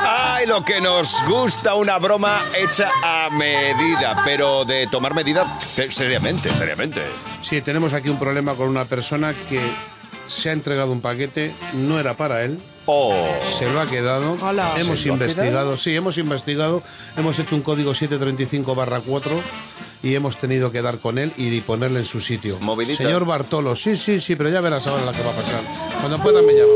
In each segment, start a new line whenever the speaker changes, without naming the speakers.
Ay, lo que nos gusta, una broma hecha a medida, pero de tomar medidas se- seriamente, seriamente.
Sí, tenemos aquí un problema con una persona que se ha entregado un paquete, no era para él,
Oh,
se lo ha quedado.
Hola.
Hemos
¿Se lo ha
investigado, sí, hemos investigado, hemos hecho un código 735 4 y hemos tenido que dar con él y ponerle en su sitio.
Movidita.
Señor Bartolo, sí, sí, sí, pero ya verás ahora la que va a pasar. Cuando pueda me llaman.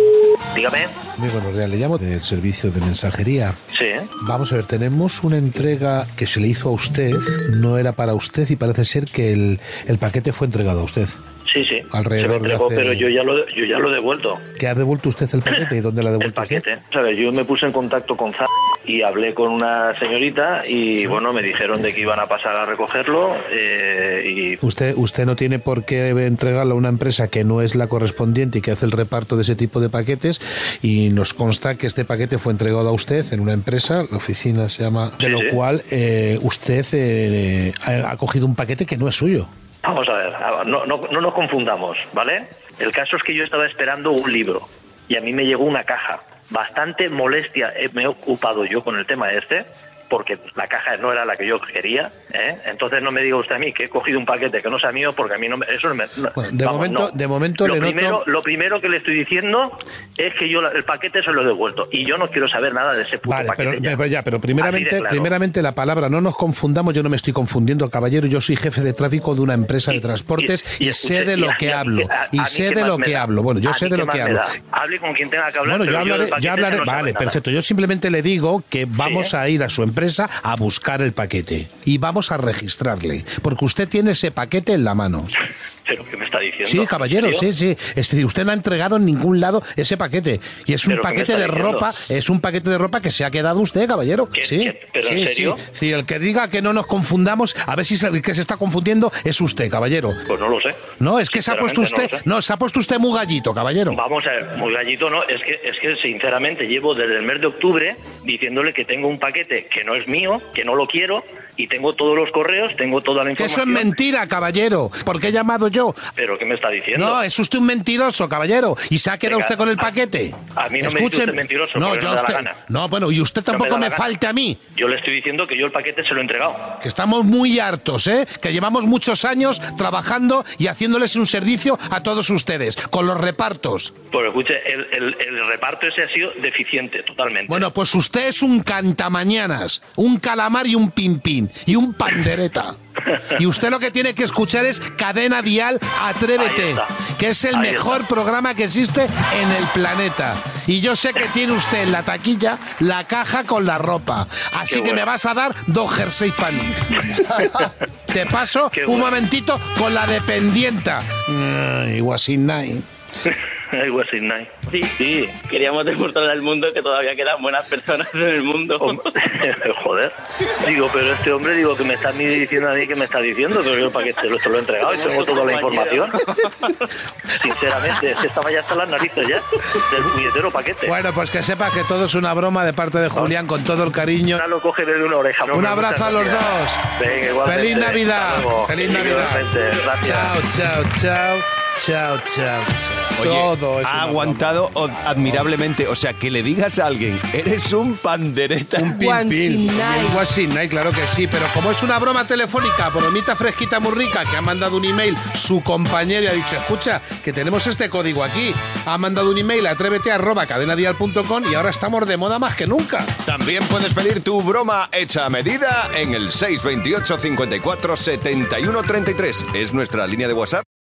Dígame.
Muy buenos días, le llamo del servicio de mensajería.
Sí.
Vamos a ver, tenemos una entrega que se le hizo a usted, no era para usted y parece ser que el, el paquete fue entregado a usted.
Sí, sí.
Alrededor
Se me entregó,
de hace-
pero yo ya lo, yo ya lo he devuelto.
¿Que ha devuelto usted el paquete y dónde lo ha
El
devuelto usted?
paquete. ¿Sabes? Yo me puse en contacto con Z y hablé con una señorita y bueno, me dijeron de que iban a pasar a recogerlo eh, y
Usted, usted no tiene por qué entregarlo a una empresa que no es la correspondiente y que hace el reparto de ese tipo de paquetes y nos consta que este paquete fue entregado a usted en una empresa, la oficina se llama, de
Sí,
lo
sí.
cual eh, usted eh, ha ha cogido un paquete que no es suyo.
Vamos a ver, a- no, no- no nos confundamos, ¿vale? El caso es que yo estaba esperando un libro y a mí me llegó una caja. Bastante molestia eh, me he ocupado yo con el tema este, porque la caja no era la que yo quería. ¿eh? Entonces no me diga usted a mí que he cogido un paquete que no sea mío, porque a mí no me, eso no me. no-
Bueno, de momento- de momento
lo
le noto-
primero, Lo primero que le estoy diciendo es que yo la- el paquete se lo he devuelto y yo no quiero saber nada de ese puto
Vale, pero
paquete.
pero
ya.
ya, pero
Así
primeramente,
de claro.
primeramente la palabra, no nos confundamos, yo no me estoy confundiendo, caballero, yo soy jefe de tráfico de una empresa de
Y-
transportes y,
y- y
sé
usted-
de lo
a-
que
a-
hablo,
a-
y
a mí
sé
qué
de
más
lo
me
que
da.
hablo, bueno, yo
A
sé
mí
de
qué
lo
más
que
me
hablo.
da. Hable con quien tenga que hablar.
Bueno, yo
pero
hablaré,
del paquete
yo hablaré,
no sé
vale,
nada.
perfecto. Yo simplemente le digo que vamos
¿eh?
a ir a su empresa a buscar el paquete y vamos a registrarle, porque usted tiene ese paquete en la mano.
¿Pero qué me está diciendo?
Sí, caballero,
¿En
sí,
serio?
sí. Es decir, usted no ha entregado en ningún lado ese paquete. Y es un
¿Pero qué me
paquete
está
de
diciendo?
ropa, es un paquete de ropa que se ha quedado usted, caballero.
¿Qué-
sí,
qué- pero
sí,
en
sí.
serio?
Sí, el que diga que no nos confundamos, a ver si es el que se está confundiendo es usted, caballero.
Pues no lo sé.
No, es que se ha puesto usted,
Sinceramente no
no,
lo sé.
se ha puesto usted muy gallito, caballero.
Vamos a ver, muy gallito, ¿no? Es que, es que sinceramente llevo desde el mes de octubre diciéndole que tengo un paquete que no es mío, que no lo quiero, y tengo todos los correos, tengo toda la
Que eso es
información.
mentira, caballero. Porque he llamado yo.
¿Pero qué me está diciendo?
No, eh. es usted un mentiroso, caballero. ¿Y se ha quedado
Venga,
usted con el
a-
paquete?
a mí no me dice
Escúcheme.
usted mentiroso, porque
yo
no
a
me da la
usted-
gana.
No, bueno, y usted
No me da
tampoco
la
me,
gana.
falte a mí.
Yo le estoy diciendo que yo el paquete se lo he entregado.
que estamos muy hartos, ¿eh? que llevamos muchos años trabajando y haciéndoles un servicio a todos ustedes, con los repartos.
Pues escuche, el, el- el reparto ese ha sido deficiente, totalmente.
Bueno, pues usted es un cantamañanas, un calamar y un pimpín, y un pandereta. Y usted lo que tiene que escuchar es Cadena Dial
Ahí
Atrévete,
está.
que es el
Ahí
mejor programa que existe en el planeta. Y yo sé que tiene usted en la taquilla la caja con la ropa. Así
Qué
que me
bueno.
vas a dar dos jersey pan. Te paso
Qué
un
bueno.
momentito con la dependienta. Mm, Igual sin nadie.
Algo así, Nai.
Sí, sí, queríamos demostrarle al mundo que todavía quedan buenas personas en el mundo.
Hom- Joder. Digo, pero este hombre, digo, que me está a mí diciendo a mí que me está diciendo, pero yo para que te lo, te lo he entregado y tengo toda la información. Sinceramente, es que estaba ya hasta las narices ya del puñetero paquete.
Bueno, pues que sepas que todo es una broma de parte de Julián con todo el cariño.
Ahora lo coge de una oreja.
Un abrazo a los
Muchas gracias.
dos.
Venga, igualmente.
Feliz Navidad.
Hasta luego.
Feliz Navidad.
Igualmente, Gracias.
Chao, chao, chao. Chao, chao, chao.
oye,
Todo es
ha
una
aguantado o- admirablemente. O sea, que le digas a alguien, eres un pandereta.
broma. Pim,
One
pim.
sin night.
Algo así, Nike, claro que sí, pero como es una broma telefónica, bromita fresquita muy rica, que ha mandado un email su compañero y ha dicho, escucha, que tenemos este código aquí. Ha mandado un email a atrévete arroba cadenadial.com y ahora estamos de moda más que nunca.
También puedes pedir tu broma hecha a medida en el 628 54 71 33. Es nuestra línea de WhatsApp.